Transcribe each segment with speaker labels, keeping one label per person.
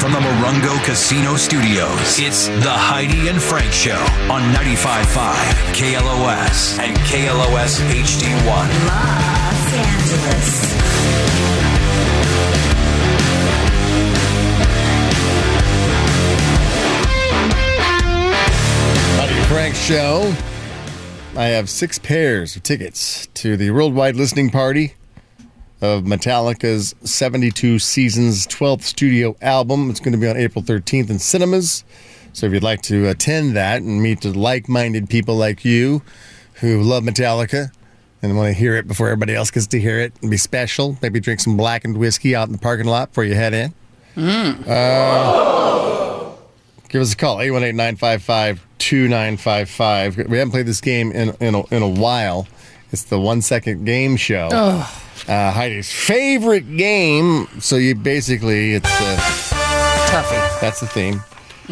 Speaker 1: from the Morongo Casino Studios. It's the Heidi and Frank Show on 95.5 KLOS and KLOS HD1.
Speaker 2: Los Angeles.
Speaker 3: Howdy, Frank Show. I have six pairs of tickets to the worldwide listening party of Metallica's 72 Seasons 12th studio album. It's going to be on April 13th in cinemas. So if you'd like to attend that and meet the like minded people like you who love Metallica and want to hear it before everybody else gets to hear it and be special, maybe drink some blackened whiskey out in the parking lot before you head in. Give us a call, 818 955 2955. We haven't played this game in, in, a, in a while. It's the one second game show. Uh, Heidi's favorite game. So you basically, it's uh,
Speaker 4: Tuffy.
Speaker 3: that's the theme.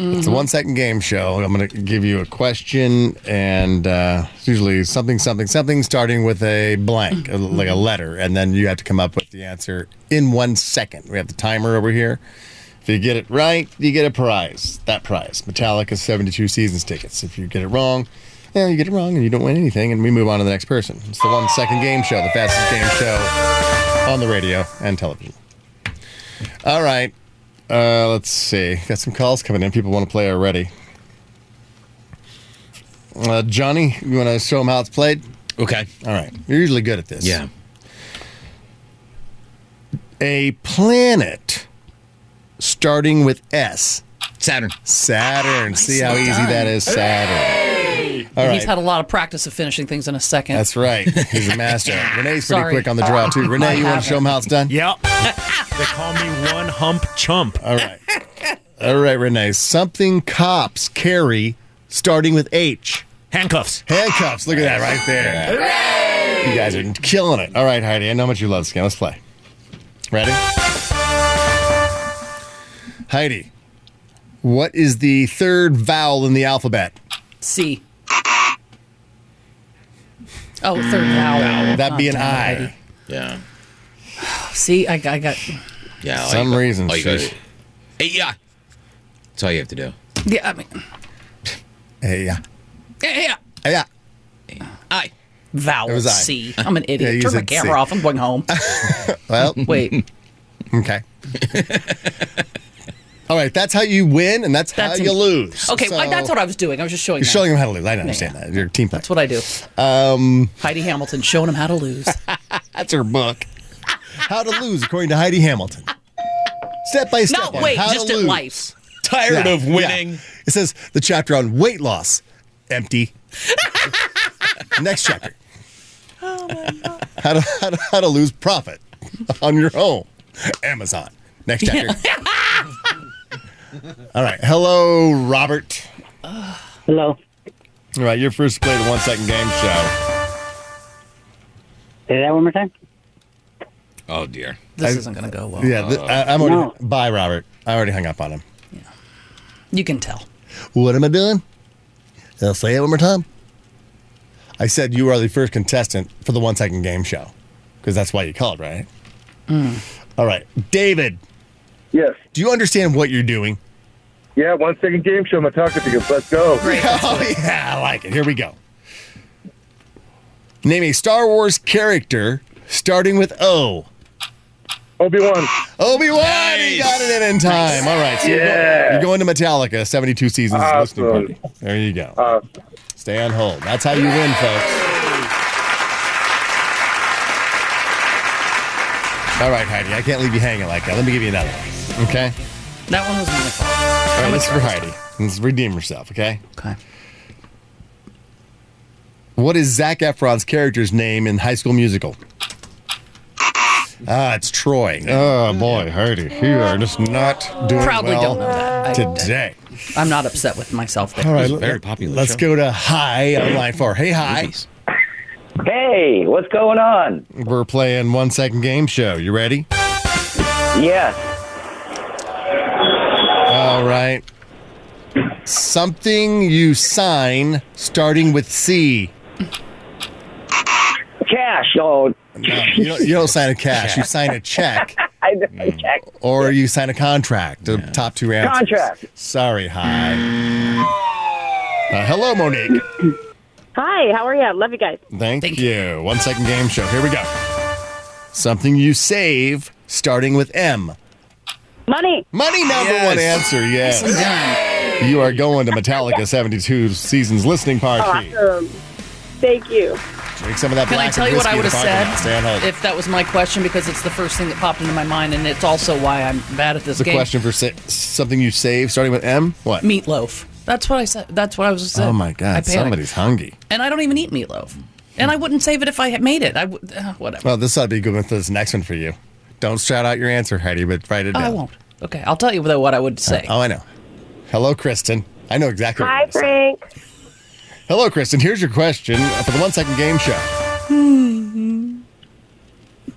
Speaker 3: It's the one second game show. I'm going to give you a question, and uh, it's usually something, something, something, starting with a blank, a- like a letter, and then you have to come up with the answer in one second. We have the timer over here. If you get it right, you get a prize. That prize, Metallica 72 seasons tickets. If you get it wrong, yeah, you get it wrong, and you don't win anything, and we move on to the next person. It's the one second game show, the fastest game show on the radio and television. All right. Uh, let's see. Got some calls coming in. People want to play already. Uh, Johnny, you want to show them how it's played?
Speaker 5: Okay.
Speaker 3: All right. You're usually good at this.
Speaker 5: Yeah.
Speaker 3: A planet starting with S.
Speaker 5: Saturn.
Speaker 3: Saturn. see how easy that is, Saturn. All
Speaker 4: He's
Speaker 3: right.
Speaker 4: had a lot of practice of finishing things in a second.
Speaker 3: That's right. He's a master. Renee's pretty
Speaker 4: Sorry.
Speaker 3: quick on the draw, too. Renee, you want to show them how it's done?
Speaker 6: Yep. Uh, they call me one hump chump.
Speaker 3: All right. All right, Renee. Something cops carry starting with H.
Speaker 6: Handcuffs.
Speaker 3: Handcuffs. Look at that right there. You guys are killing it. All right, Heidi, I know how much you love this game. Let's play. Ready? Heidi, what is the third vowel in the alphabet?
Speaker 4: C. Oh, third vowel.
Speaker 3: That'd be
Speaker 4: Oh, damn it,
Speaker 3: an I.
Speaker 4: Heidi.
Speaker 5: Yeah.
Speaker 4: See, I, I got.
Speaker 5: Yeah. all
Speaker 3: Some
Speaker 5: you got-
Speaker 3: reason
Speaker 5: all you gotta
Speaker 3: she-
Speaker 5: do- Hey, yeah. That's all you have to do.
Speaker 4: Yeah, I mean,
Speaker 3: Hey, yeah.
Speaker 4: yeah, yeah.
Speaker 3: Hey, yeah.
Speaker 5: I.
Speaker 4: Vowel
Speaker 3: It was I.
Speaker 4: C. I'm an idiot.
Speaker 3: you
Speaker 4: Turn my
Speaker 3: said
Speaker 4: camera
Speaker 3: C.
Speaker 4: off. I'm going home.
Speaker 3: Well,
Speaker 4: Wait,
Speaker 3: okay. All right, that's how you win, and that's,
Speaker 4: That's
Speaker 3: how you
Speaker 4: in-
Speaker 3: lose.
Speaker 4: okay.
Speaker 3: So-
Speaker 4: well, that's what I was doing. I was just showing.
Speaker 3: You're
Speaker 4: them.
Speaker 3: showing them how to lose. I understand that. You're a team player.
Speaker 4: That's what I do. Um, Heidi Hamilton showing him how to lose.
Speaker 3: That's her book. How to Lose, according to Heidi Hamilton. Step by
Speaker 4: no,
Speaker 3: step. on
Speaker 4: wait,
Speaker 3: how to
Speaker 4: just in
Speaker 3: lose.
Speaker 4: life.
Speaker 5: Tired
Speaker 3: Yeah,
Speaker 5: of winning.
Speaker 3: yeah. It says the chapter on weight loss, empty. Next chapter.
Speaker 4: Oh,
Speaker 3: How to, how, to, how to lose profit on your own, Amazon. Next chapter. All right. Hello, Robert.
Speaker 7: Hello.
Speaker 3: All right, your first play the one second game show.
Speaker 7: Say that one more time.
Speaker 5: Oh dear.
Speaker 4: This isn't going to go well.
Speaker 3: Yeah, th- I, am
Speaker 7: No.
Speaker 3: already. Bye, Robert. I already hung up on him.
Speaker 4: You can tell.
Speaker 3: What am I doing? I'll say it one more time. I said you are the first contestant for the one second game show because that's why you called, right? All right, David,
Speaker 8: Yes.
Speaker 3: do you understand what you're doing?
Speaker 8: Yeah, one second game show. I'm talking to you. Let's go.
Speaker 3: Oh, yeah, I like it. Here we go. Name a Star Wars character starting with O.
Speaker 8: Obi Wan.
Speaker 3: Obi Wan, he got it in in time. All right, so you're go-
Speaker 8: Yeah.
Speaker 3: you're going to Metallica, 72 seasons of listening
Speaker 8: Awesome.
Speaker 3: party. There you go. Stay on hold. That's how you win, folks. All right, Heidi, I can't leave you hanging like that. Let me give you another one. Okay?
Speaker 4: That one was my fault.
Speaker 3: All right, this is for Heidi. Let's redeem yourself, okay?
Speaker 4: Okay.
Speaker 3: What is Zach Efron's character's name in High School Musical? Ah, it's Troy. Oh, boy, Heidi, you are just not doing
Speaker 4: Proudly
Speaker 3: well
Speaker 4: don't know that. I,
Speaker 3: today.
Speaker 4: I'm not upset with myself. There.
Speaker 3: All right,
Speaker 5: It's a very
Speaker 3: let-
Speaker 5: popular
Speaker 3: Let's
Speaker 5: show.
Speaker 3: go to Hi on line four. Hey, Hi.
Speaker 5: Movies.
Speaker 7: Hey, what's going on?
Speaker 3: We're playing one second game show. You ready?
Speaker 7: Yes.
Speaker 3: All right. Something you sign starting with C.
Speaker 7: Cash. Oh,
Speaker 3: No, you, don't, you don't sign a cash. You sign a check
Speaker 7: I never checked.
Speaker 3: Or you sign a contract. The top two answers.
Speaker 7: Contract.
Speaker 3: Sorry, hi. Uh, hello, Monique.
Speaker 9: Hi, how are you? Love you guys.
Speaker 3: Thank, you. One second game show. Here we go. Something you save starting with M.
Speaker 9: Money.
Speaker 3: Money number
Speaker 5: Yes.
Speaker 3: one answer. Yes.
Speaker 4: Done.
Speaker 3: You are going to Metallica 72 seasons listening party.
Speaker 9: Awesome. Thank you.
Speaker 3: Drink some of that
Speaker 4: Can
Speaker 3: black
Speaker 4: I
Speaker 3: and
Speaker 4: tell you what
Speaker 3: whiskey
Speaker 4: I would have
Speaker 3: in the parking lot. Stay on
Speaker 4: said
Speaker 3: hold.
Speaker 4: if that was my question? Because it's the first thing that popped into my mind, and it's also why I'm bad at this
Speaker 3: the
Speaker 4: game.
Speaker 3: question for sa- something you save starting with M? What?
Speaker 4: Meatloaf. That's what I said. That's what I was. Saying.
Speaker 3: Oh my
Speaker 4: I
Speaker 3: God!
Speaker 4: panicked.
Speaker 3: Somebody's hungry.
Speaker 4: And I don't even eat meatloaf. And I wouldn't save it if I had made it. I would. Uh, whatever.
Speaker 3: Well, this ought to be good with this next one for you. Don't shout out your answer, Heidi, but write it down.
Speaker 4: Oh, I won't. Okay, I'll tell you though what I would say.
Speaker 3: Oh, I know. Hello, Kristen. I know exactly. what
Speaker 9: Hi,
Speaker 3: you're gonna say.
Speaker 9: Frank.
Speaker 3: Hello, Kristen. Here's your question for the one second game show.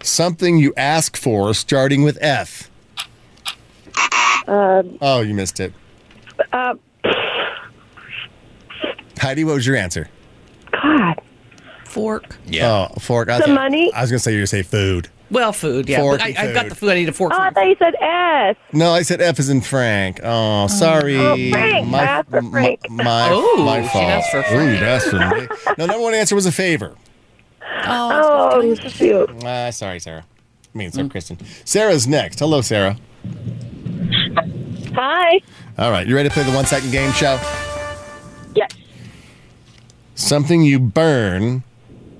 Speaker 3: Something you ask for starting with F. oh, you missed it.
Speaker 9: Um, Uh,
Speaker 3: Heidi, what was your answer?
Speaker 9: God.
Speaker 4: fork.
Speaker 5: Yeah.
Speaker 3: Oh, fork. I
Speaker 9: The
Speaker 3: thought-
Speaker 9: money?
Speaker 3: I was going to say you were going to say food.
Speaker 4: Well, food. Yeah,
Speaker 3: Fork
Speaker 4: but I,
Speaker 3: and
Speaker 4: I've got
Speaker 3: food.
Speaker 4: the food. I need a fork.
Speaker 9: Oh, I
Speaker 4: for
Speaker 9: thought you said S.
Speaker 3: No, I said F is in Frank. Oh, sorry.
Speaker 9: Frank. I asked for Frank.
Speaker 3: My, my,
Speaker 4: Oh,
Speaker 3: my
Speaker 4: she
Speaker 3: fault.
Speaker 4: asked for
Speaker 3: Ooh, you asked for me. No, number one answer was a favor.
Speaker 9: Oh, shoot.
Speaker 3: Uh, sorry, Sarah. I mean,
Speaker 4: Mm.
Speaker 3: sorry, Kristen. Sarah's next. Hello, Sarah.
Speaker 9: Hi.
Speaker 3: All right, you ready to play the one second game show?
Speaker 9: Yes.
Speaker 3: Something you burn,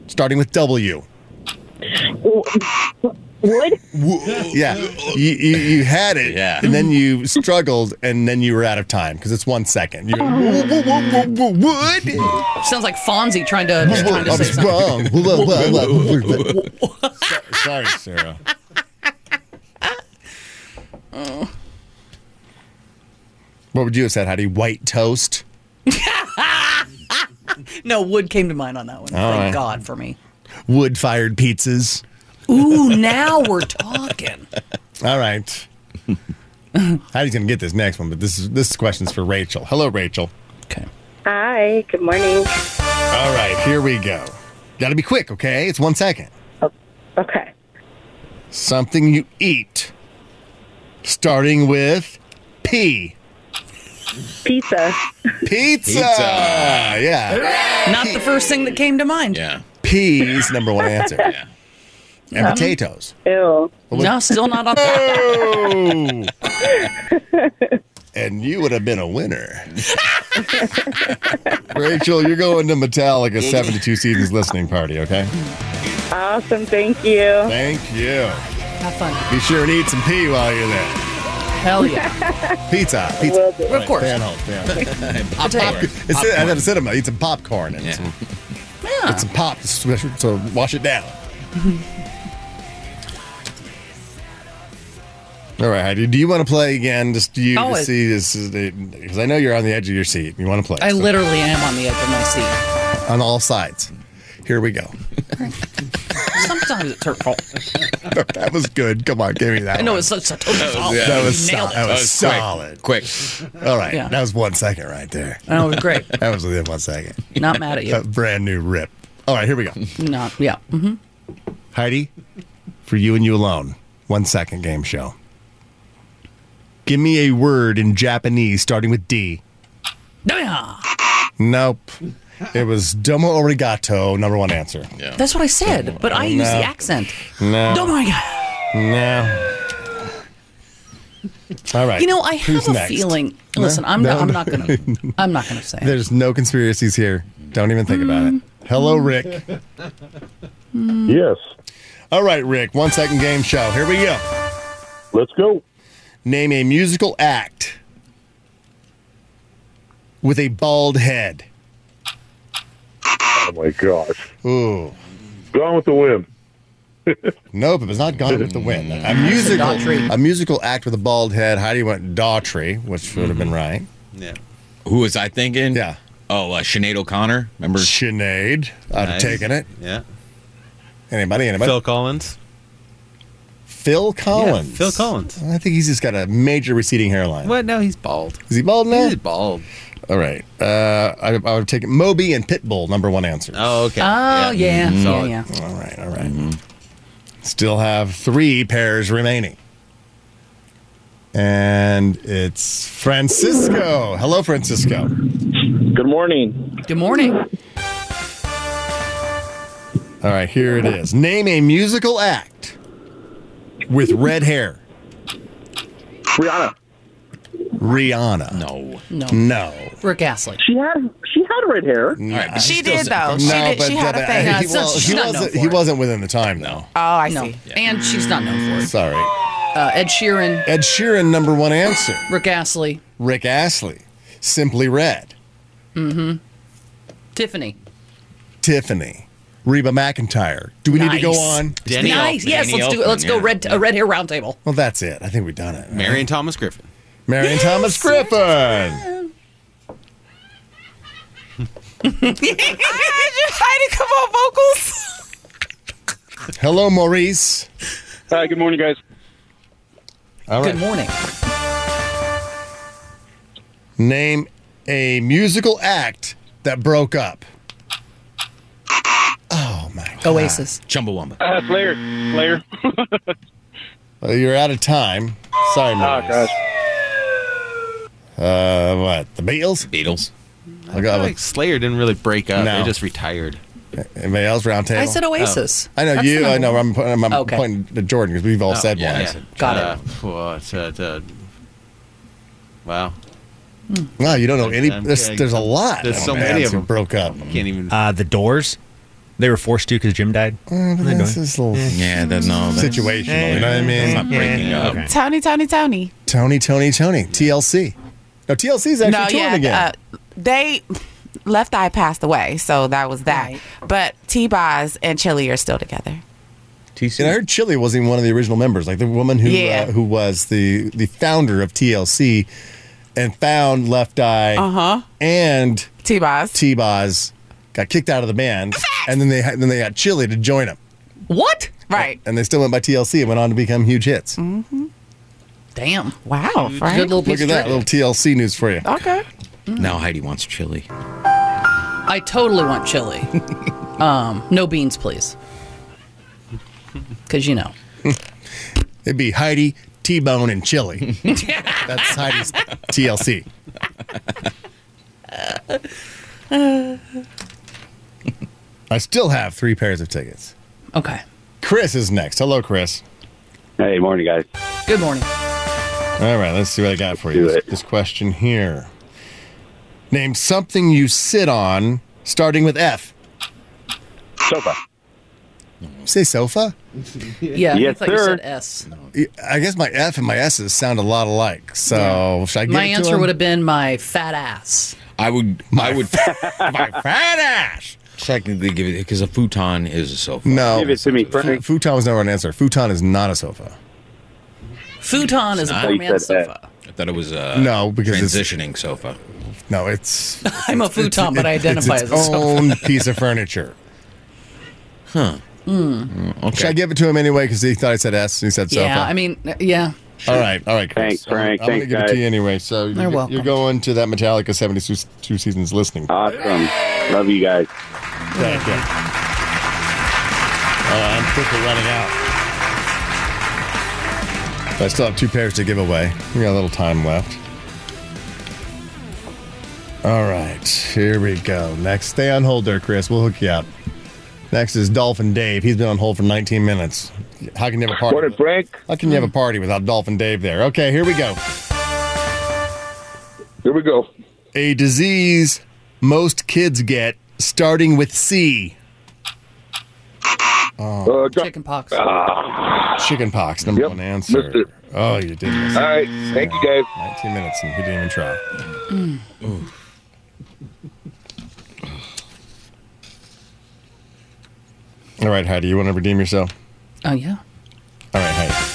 Speaker 3: starting with W.
Speaker 9: Wood.
Speaker 3: Yeah, you, you, you had it,
Speaker 5: Yeah.
Speaker 3: and then you struggled, and then you were out of time because it's one second. You went, "Woo, woo, woo, woo, woo, wood.
Speaker 4: it. Sounds like Fonzie trying to, just trying to
Speaker 3: I'm
Speaker 4: say something.
Speaker 3: strong. Woo, woo, woo, woo, woo. So- Sorry, Sarah. What would you have said, Heidi? White toast.
Speaker 4: No, wood came to mind on that one. Thank
Speaker 3: right.
Speaker 4: God for me.
Speaker 3: wood fired pizzas.
Speaker 4: Ooh, now we're talking.
Speaker 3: All right. Heidi's gonna get this next one, but this is this question's for Rachel. Hello, Rachel.
Speaker 4: Okay.
Speaker 9: Hi. Good morning.
Speaker 3: All right, here we go. Gotta be quick, okay? It's one second.
Speaker 9: Okay.
Speaker 3: Something you eat. Starting with P.
Speaker 9: Pizza.
Speaker 3: Pizza. Yeah.
Speaker 4: Not the first thing that came to mind.
Speaker 5: Yeah.
Speaker 3: P's number one answer.
Speaker 5: Yeah.
Speaker 3: And potatoes.
Speaker 9: Ew.
Speaker 4: No, still not on that.
Speaker 3: Oh. and you would have been a winner. Rachel, you're going to Metallica 72 seasons listening party, okay?
Speaker 9: Awesome. Thank you.
Speaker 3: Thank you.
Speaker 4: Have fun.
Speaker 3: Be sure and eat some pea while you're there.
Speaker 4: Hell yeah.
Speaker 3: Pizza. Pizza.
Speaker 9: Will do.
Speaker 4: Of course.
Speaker 3: Stay on hold. Stay on hold.
Speaker 5: Popcorn.
Speaker 3: It's at a cinema. Eat some popcorn and
Speaker 5: Yeah.
Speaker 3: some,
Speaker 4: Yeah.
Speaker 3: some pop so wash it down. All right, Heidi. Do you want to play again? Just you
Speaker 4: Oh,
Speaker 3: to
Speaker 4: it-
Speaker 3: see this is because I know you're on the edge of your seat. You want to play
Speaker 4: I
Speaker 3: so-
Speaker 4: literally am on the edge of my seat.
Speaker 3: on all sides. Here we go.
Speaker 4: Sometimes it's hurtful.
Speaker 3: that was good. Come on, give me that.
Speaker 4: I know
Speaker 3: one.
Speaker 4: it's such a total solid.
Speaker 5: yeah.
Speaker 3: that was
Speaker 4: You nailed
Speaker 3: solid. That
Speaker 5: That
Speaker 3: was
Speaker 5: was quick.
Speaker 3: solid.
Speaker 5: Quick.
Speaker 3: All right,
Speaker 4: Yeah.
Speaker 3: that was one second right there.
Speaker 4: it. Oh, great.
Speaker 3: That was within one second.
Speaker 4: Not mad at you.
Speaker 3: That brand new rip. All right, here we go.
Speaker 4: Not, yeah. hmm
Speaker 3: Heidi, for you and you alone, one second game show. Give me a word in Japanese starting with D.
Speaker 4: Yeah.
Speaker 3: Nope. It was domo arigato, number one answer.
Speaker 5: Yeah.
Speaker 4: That's what I said, but I use the accent.
Speaker 3: No.
Speaker 4: Oh my God.
Speaker 3: No. All right.
Speaker 4: You know, I
Speaker 3: Who's
Speaker 4: have a
Speaker 3: next?
Speaker 4: feeling. Listen, I'm
Speaker 3: No,
Speaker 4: not. I'm
Speaker 3: no.
Speaker 4: not gonna. I'm not gonna say. it.
Speaker 3: There's no conspiracies here. Don't even think about
Speaker 4: Mm.
Speaker 3: it. Hello, Rick.
Speaker 8: Yes.
Speaker 3: All right, Rick, one second game show. Here we go.
Speaker 8: Let's go.
Speaker 3: Name a musical act with a bald head.
Speaker 8: Oh my gosh.
Speaker 3: Ooh.
Speaker 8: Gone with the wind.
Speaker 3: Nope, it was not Gone with the Wind. A musical,
Speaker 4: Daughtry.
Speaker 3: a musical act with a bald head. Heidi went Daughtry, which would have
Speaker 10: Mm-hmm.
Speaker 3: been right.
Speaker 5: Who was I thinking?
Speaker 3: Yeah.
Speaker 5: Oh, uh, Sinead O'Connor. Remember?
Speaker 3: Sinead, I'd have
Speaker 10: Nice.
Speaker 3: taken it.
Speaker 10: Yeah.
Speaker 3: Anybody? Anybody?
Speaker 10: Phil Collins.
Speaker 3: Phil Collins.
Speaker 10: Yeah, Phil Collins.
Speaker 3: I think he's just got a major receding hairline.
Speaker 10: What? No, he's bald.
Speaker 3: Is he bald now?
Speaker 10: He's bald.
Speaker 3: All right. Uh, I, I would take it. Moby and Pitbull, number one answer.
Speaker 10: Oh, Mm-hmm. okay.
Speaker 4: Oh
Speaker 3: Mm-hmm.
Speaker 4: yeah, yeah,
Speaker 10: Solid.
Speaker 4: yeah.
Speaker 3: All right, all right. Still have three pairs remaining. and it's Francisco. Hello, Francisco.
Speaker 10: Good morning.
Speaker 4: Good morning.
Speaker 3: All right, here it is. Name a musical act with red hair.
Speaker 10: Rihanna.
Speaker 3: Rihanna.
Speaker 5: No.
Speaker 4: No.
Speaker 3: No.
Speaker 4: Rick Astley.
Speaker 10: She had she had red hair.
Speaker 5: All right, but
Speaker 11: She
Speaker 5: still
Speaker 11: did,
Speaker 5: said-
Speaker 11: though. She,
Speaker 3: no,
Speaker 11: did, she had a
Speaker 3: but
Speaker 11: thing. uh,
Speaker 4: Yeah,
Speaker 3: He,
Speaker 4: it's not-
Speaker 3: well,
Speaker 4: she's
Speaker 3: he
Speaker 4: not known
Speaker 3: wasn't,
Speaker 4: for
Speaker 3: he
Speaker 4: it.
Speaker 3: wasn't within the time, though.
Speaker 11: Oh, I
Speaker 4: No.
Speaker 11: see.
Speaker 4: And she's not known for it.
Speaker 3: Sorry.
Speaker 4: Uh, Ed Sheeran,
Speaker 3: Ed Sheeran, number one answer.
Speaker 4: Rick Astley,
Speaker 3: Rick Astley, Simply Red,
Speaker 4: Tiffany.
Speaker 3: Tiffany, Reba McIntyre. Do we need to go
Speaker 4: Nice.
Speaker 3: on?
Speaker 5: Danny
Speaker 4: nice.
Speaker 5: Elfman.
Speaker 4: Yes,
Speaker 5: Danny
Speaker 4: let's do it.
Speaker 5: Elfman,
Speaker 4: Let's go
Speaker 5: yeah.
Speaker 4: red a red hair round table.
Speaker 3: Well, that's it. I think we've done it.
Speaker 12: Marion Thomas Griffin.
Speaker 3: Marion Thomas Griffin.
Speaker 11: I just had to come on vocals.
Speaker 3: Hello, Maurice.
Speaker 10: Hi, good morning, guys.
Speaker 3: All
Speaker 4: Good
Speaker 3: right. Ah,
Speaker 4: morning.
Speaker 3: Name a musical act that broke up. Oh, my God.
Speaker 4: Oasis.
Speaker 5: Chumbawamba.
Speaker 10: Uh, Slayer. Slayer.
Speaker 3: Well, you're out of time. Sorry, Maurice.
Speaker 10: gosh.
Speaker 3: Uh, what? The Beatles?
Speaker 5: Beatles.
Speaker 3: I'll go
Speaker 12: like
Speaker 3: with
Speaker 12: Slayer didn't really break up.
Speaker 3: No.
Speaker 12: They just retired.
Speaker 3: anybody else round table?
Speaker 4: I said Oasis.
Speaker 3: I know
Speaker 4: That's
Speaker 3: you.
Speaker 4: the
Speaker 3: I
Speaker 4: number
Speaker 3: know.
Speaker 4: one.
Speaker 3: I'm, po- I'm, I'm
Speaker 4: Okay.
Speaker 3: pointing to Jordan because
Speaker 12: Oh,
Speaker 3: we've all said
Speaker 5: yeah,
Speaker 3: one.
Speaker 5: yeah.
Speaker 4: Got it.
Speaker 12: Uh, well, it's, uh, it's, uh, wow.
Speaker 3: Wow, you don't know any.
Speaker 12: I'm
Speaker 3: There's,
Speaker 12: kidding.
Speaker 3: there's a lot.
Speaker 12: There's
Speaker 3: of
Speaker 12: so many
Speaker 3: bands
Speaker 12: of
Speaker 3: who
Speaker 12: them.
Speaker 3: broke up.
Speaker 12: Can't even.
Speaker 6: Uh, the Doors. They were forced to because Jim died.
Speaker 3: Uh, but
Speaker 6: They're
Speaker 3: This
Speaker 6: doing-
Speaker 3: is a little
Speaker 5: Yeah, that's no. That's,
Speaker 3: situational. You know what I
Speaker 5: that's
Speaker 3: mean?
Speaker 5: not breaking up.
Speaker 6: okay.
Speaker 11: Tony, Tony, Tony.
Speaker 3: Tony, Tony, Tony. TLC. No, TLC is actually
Speaker 11: No,
Speaker 3: touring
Speaker 11: yeah.
Speaker 3: again.
Speaker 11: Uh, they left eye passed away, so that was that.
Speaker 4: Right.
Speaker 11: But T Boz and Chili are still together.
Speaker 3: and I heard Chili was even one of the original members, like the woman who
Speaker 11: Yeah.
Speaker 3: uh, who was the the founder of TLC, and found Left Eye
Speaker 11: Uh huh.
Speaker 3: and
Speaker 11: T Boz.
Speaker 3: T Boz got kicked out of the band, and then they then they got Chili to join them,
Speaker 4: What?
Speaker 11: right. Mm-hmm.
Speaker 3: and they still went by TLC and went on to become huge hits.
Speaker 4: Damn.
Speaker 11: Wow. Frank.
Speaker 4: Good little
Speaker 3: Look
Speaker 4: piece
Speaker 3: at
Speaker 4: of
Speaker 3: that
Speaker 4: trivia.
Speaker 3: little TLC news for you.
Speaker 11: Okay.
Speaker 5: Now Heidi wants chili.
Speaker 4: I totally want chili. um, no beans, please. Because you know.
Speaker 3: It'd be Heidi, T Bone, and Chili. That's Heidi's TLC. I still have three pairs of tickets.
Speaker 4: Okay.
Speaker 3: Chris is next. Hello, Chris.
Speaker 10: Hey, morning, guys.
Speaker 4: Good morning.
Speaker 3: All right, let's see what I got for
Speaker 10: Do
Speaker 3: you. This,
Speaker 10: it.
Speaker 3: this question here. Name something you sit on starting with F.
Speaker 10: Sofa.
Speaker 3: Say sofa?
Speaker 4: Yeah. I
Speaker 10: Yes,
Speaker 4: thought you
Speaker 10: sir.
Speaker 4: said S.
Speaker 3: I guess my F and my S's sound a lot alike. So should I give
Speaker 4: My
Speaker 3: it to
Speaker 4: answer
Speaker 3: him?
Speaker 4: would have been my fat ass.
Speaker 5: I would. I would. my fat ass. Technically, give it because a futon is a sofa.
Speaker 3: No.
Speaker 10: Give it to me,
Speaker 3: Fu-
Speaker 10: Frank.
Speaker 3: Futon was never an answer. Futon is not a sofa.
Speaker 4: Futon is a
Speaker 5: not.
Speaker 4: poor
Speaker 10: You
Speaker 4: man's
Speaker 10: said that.
Speaker 4: sofa.
Speaker 5: I thought it was a
Speaker 3: No, because it's-
Speaker 5: Uh, transitioning sofa.
Speaker 3: No, it's
Speaker 4: I'm a futon, but I identify
Speaker 3: it's
Speaker 4: as
Speaker 3: its
Speaker 4: a sofa.
Speaker 3: own piece of furniture. Hmm. Should I
Speaker 5: Okay.
Speaker 3: give it to him anyway? Because he thought I said S and he said sofa.
Speaker 4: Yeah, I mean, yeah.
Speaker 3: all right, all right. Chris.
Speaker 10: Thanks, Frank.
Speaker 3: I'm, I'm gonna
Speaker 10: Thanks,
Speaker 3: give it
Speaker 10: guys.
Speaker 3: to you anyway. So you're,
Speaker 4: welcome.
Speaker 3: you're going to that Metallica 72 two seasons listening.
Speaker 10: Awesome. Love you guys.
Speaker 3: Thank you. Uh, I'm quickly running out. But I still have two pairs to give away. We got a little time left. All right, here we go. Next, stay on hold there, Chris. We'll hook you up. Next is Dolphin Dave. He's been on hold for 19 minutes. How can you have a party?
Speaker 8: What a
Speaker 3: with-
Speaker 8: break.
Speaker 3: How can you have a party without Dolphin Dave there? Okay, here we go.
Speaker 8: Here we go.
Speaker 3: A disease most kids get, starting with C.
Speaker 8: Uh, dro-
Speaker 4: Chicken pox.
Speaker 3: Chicken pox, number
Speaker 8: Yep,
Speaker 3: one answer.
Speaker 8: missed it.
Speaker 3: Oh, you did miss it.
Speaker 8: All right. Thank you, guys.
Speaker 3: 19 minutes and he didn't even try. All right, Heidi, you want to redeem yourself?
Speaker 4: Oh, yeah.
Speaker 3: All right, Heidi.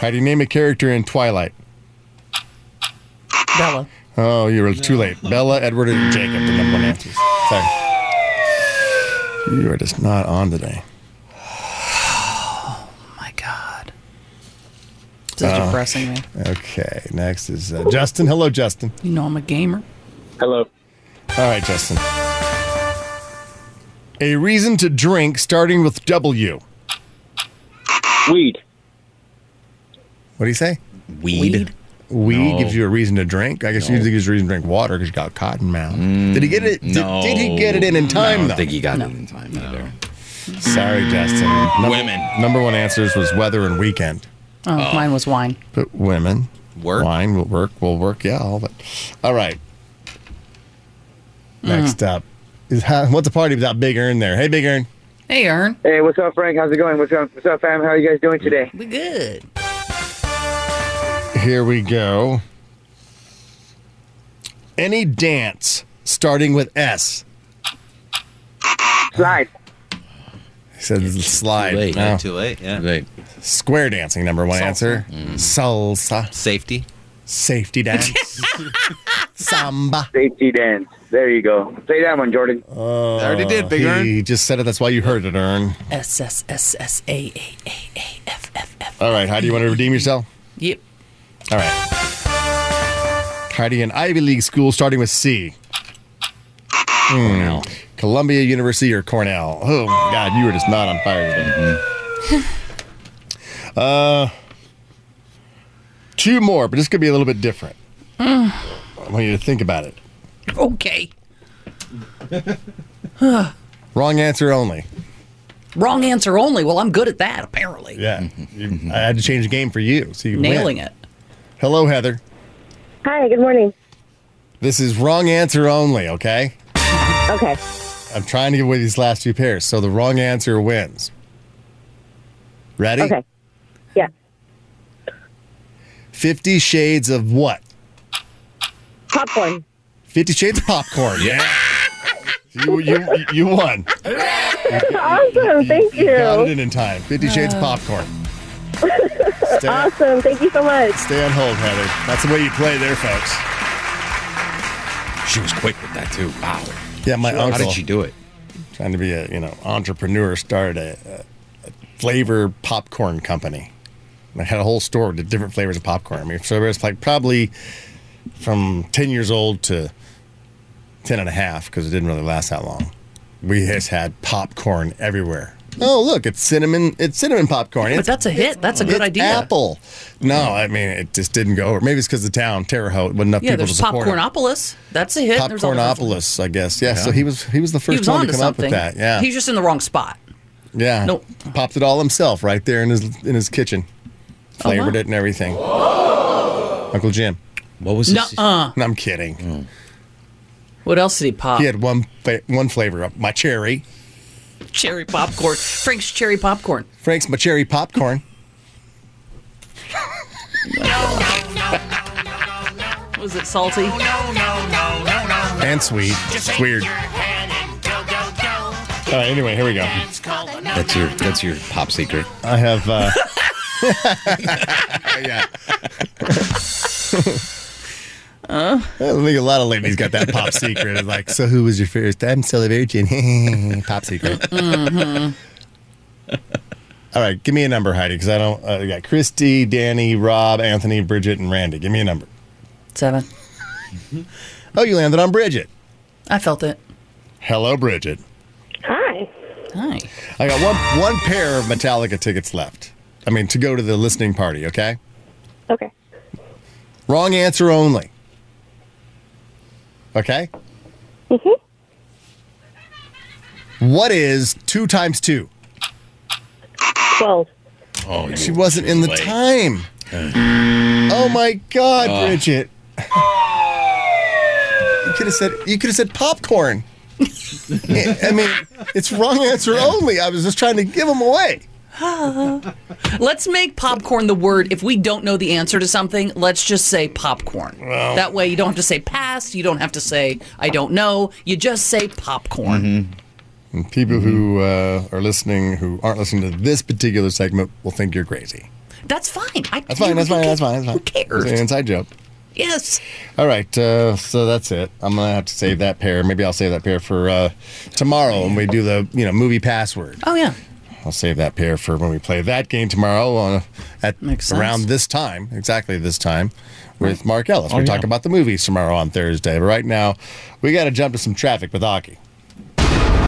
Speaker 3: Heidi, name a character in Twilight.
Speaker 4: Bella.
Speaker 3: Oh, you were too late. Bella, Edward, and Jacob, the number one answers. Sorry. You are just not on today.
Speaker 4: My God. This
Speaker 3: Uh,
Speaker 4: is depressing, man.
Speaker 3: Okay, next is uh, Justin. Hello, Justin.
Speaker 4: You know I'm a gamer.
Speaker 10: Hello.
Speaker 3: All right, Justin. A reason to drink starting with W.
Speaker 10: Weed.
Speaker 3: What do you say?
Speaker 5: Weed?
Speaker 3: Weed
Speaker 5: No.
Speaker 3: gives you a reason to drink. I guess
Speaker 5: No.
Speaker 3: you think gives you a reason to drink water because you got cotton mouth. did he get it? Did,
Speaker 5: Mm, No.
Speaker 3: did he get it in in
Speaker 5: I
Speaker 3: time?
Speaker 5: don't
Speaker 3: though?
Speaker 5: think he got it in time either.
Speaker 3: Sorry, Justin. Number,
Speaker 5: Women.
Speaker 3: Number one answers was weather and weekend.
Speaker 4: Oh, mine was wine.
Speaker 3: But women. Work. Wine will work. Will work. Yeah, all of it. All right. Next
Speaker 5: Mm.
Speaker 3: up is how, what's a party without Big Earn there? Hey, Big Earn.
Speaker 4: Hey, Ern.
Speaker 8: Hey, what's up, Frank? How's it going? What's up, what's up, fam? How are you guys doing today?
Speaker 4: We good.
Speaker 3: Here we go. Any dance starting with S.
Speaker 8: Slide.
Speaker 3: He said slide.
Speaker 12: Too late.
Speaker 5: Oh.
Speaker 3: No.
Speaker 12: Too late. Yeah.
Speaker 3: Square dancing, number one
Speaker 12: Salsa.
Speaker 3: answer. Salsa.
Speaker 12: Mm. Safety.
Speaker 3: Safety dance. Samba.
Speaker 8: Safety dance. There you go. Say that one, Jordan.
Speaker 3: I
Speaker 12: already did, Big Earn.
Speaker 3: Oh, He just said it. That's why you heard it, Earn.
Speaker 4: S S S S A A.
Speaker 3: All right. How do you want to redeem yourself?
Speaker 4: Yep.
Speaker 3: All right. Heidi, an Ivy League school starting with C. Cornell. Columbia University or Cornell. Oh, my God. You were just not on fire today.
Speaker 4: Mm-hmm.
Speaker 3: uh, two more, but this could be a little bit different.
Speaker 4: Mm.
Speaker 3: I want you to think about it.
Speaker 4: Okay.
Speaker 3: Wrong answer only.
Speaker 4: Wrong answer only. Well, I'm good at that, apparently.
Speaker 3: Yeah. You- I had to change the game for you. So you could
Speaker 4: Nailing
Speaker 3: win.
Speaker 4: it.
Speaker 3: Hello, Heather.
Speaker 9: Hi, good morning.
Speaker 3: This is wrong answer only, okay?
Speaker 9: Okay.
Speaker 3: I'm trying to give away these last two pairs, so the wrong answer wins. Ready?
Speaker 9: Okay. Yeah.
Speaker 3: Fifty Shades of what?
Speaker 9: Popcorn.
Speaker 3: Fifty Shades of Popcorn. yeah. You, you, you won.
Speaker 9: That's awesome. Oh, Thank
Speaker 3: Got it
Speaker 9: you. Uh.
Speaker 3: in in time. Fifty Shades of Popcorn. Stay on,
Speaker 9: Awesome. Thank you so much.
Speaker 3: stay on hold, Heather. That's the way you play there, folks.
Speaker 5: She was quick with that too. Wow.
Speaker 3: Yeah, my
Speaker 5: How
Speaker 3: uncle.
Speaker 5: did she do it?
Speaker 3: Trying to be a you know entrepreneur, started a, a flavor popcorn company. And I had a whole store with different flavors of popcorn. I mean, so it was like probably from ten years old to ten and a half because it didn't really last that long. We just had popcorn everywhere. Oh look, it's cinnamon. It's cinnamon popcorn.
Speaker 4: But
Speaker 3: It's-
Speaker 4: that's a hit. That's a good
Speaker 3: it's
Speaker 4: idea.
Speaker 3: Apple. No, I mean it just didn't go over. Maybe it's because the town Terre Haute wasn't enough
Speaker 4: Yeah,
Speaker 3: people to
Speaker 4: there's
Speaker 3: support it.
Speaker 4: Popcornopolis. That's a hit. There's all kinds of-
Speaker 3: Popcornopolis, I guess. Yeah,
Speaker 4: Yeah.
Speaker 3: So he was he was the
Speaker 4: He
Speaker 3: first
Speaker 4: was
Speaker 3: one
Speaker 4: on
Speaker 3: to
Speaker 4: to
Speaker 3: come
Speaker 4: something.
Speaker 3: up with that. Yeah.
Speaker 4: He's just in the wrong spot.
Speaker 3: Yeah.
Speaker 4: Nope.
Speaker 3: Popped it all himself right there in his in his kitchen.
Speaker 4: Oh, wow.
Speaker 3: Flavored it and everything. Uncle Jim.
Speaker 5: What was
Speaker 4: his- Nuh-uh.
Speaker 3: No, I'm kidding.
Speaker 4: What else did he pop?
Speaker 3: He had one fa- one flavor of my cherry.
Speaker 4: Cherry popcorn. Frank's cherry popcorn.
Speaker 3: Frank's my cherry popcorn.
Speaker 4: Was it salty?
Speaker 3: and sweet. It's weird. All right, anyway, here we go.
Speaker 5: That's your that's your pop secret.
Speaker 3: I have uh yeah. I think a lot of ladies got that pop secret. It's like, so who was your first? I'm still a virgin. pop secret. All right, give me a number, Heidi, because I don't. Uh, I got Christy, Danny, Rob, Anthony, Bridget, and Randy. Give me a number.
Speaker 4: Seven.
Speaker 3: Oh, you landed on Bridget.
Speaker 4: I felt it.
Speaker 3: Hello, Bridget.
Speaker 9: Hi.
Speaker 4: Hi.
Speaker 3: I got one one pair of Metallica tickets left. I mean, to go to the listening party. Okay.
Speaker 9: Okay.
Speaker 3: Wrong answer only. Okay.
Speaker 9: Mhm.
Speaker 3: What is two times two?
Speaker 9: Twelve.
Speaker 5: Oh,
Speaker 3: She wasn't in the
Speaker 5: late.
Speaker 3: time. Oh my God,
Speaker 5: Ugh.
Speaker 3: Bridget! you could have said you could have said popcorn. I I mean, it's wrong answer only. I was just trying to give them away.
Speaker 4: Let's make popcorn the word. If we don't know the answer to something, let's just say popcorn.
Speaker 3: Well-
Speaker 4: that way you don't have to say pass. You don't have to say I don't know. You just say popcorn.
Speaker 3: Mm-hmm. And people who uh, are listening, who aren't listening to this particular segment, will think you're crazy.
Speaker 4: That's fine. I,
Speaker 3: That's fine. That's fine. That's fine. That's fine.
Speaker 4: cares?
Speaker 3: It's an inside joke.
Speaker 4: Yes.
Speaker 3: All right, uh, so that's it. I'm gonna have to save that pair. Maybe I'll save that pair for uh, tomorrow when we do the you know movie password.
Speaker 4: Oh yeah.
Speaker 3: I'll save that pair for when we play that game tomorrow on, at
Speaker 4: Makes sense.
Speaker 3: around this time, exactly this time, with Mark Ellis.
Speaker 5: Oh,
Speaker 3: we
Speaker 5: yeah.
Speaker 3: talk about the movies tomorrow on Thursday. But right now, we got to jump to some traffic with Aki.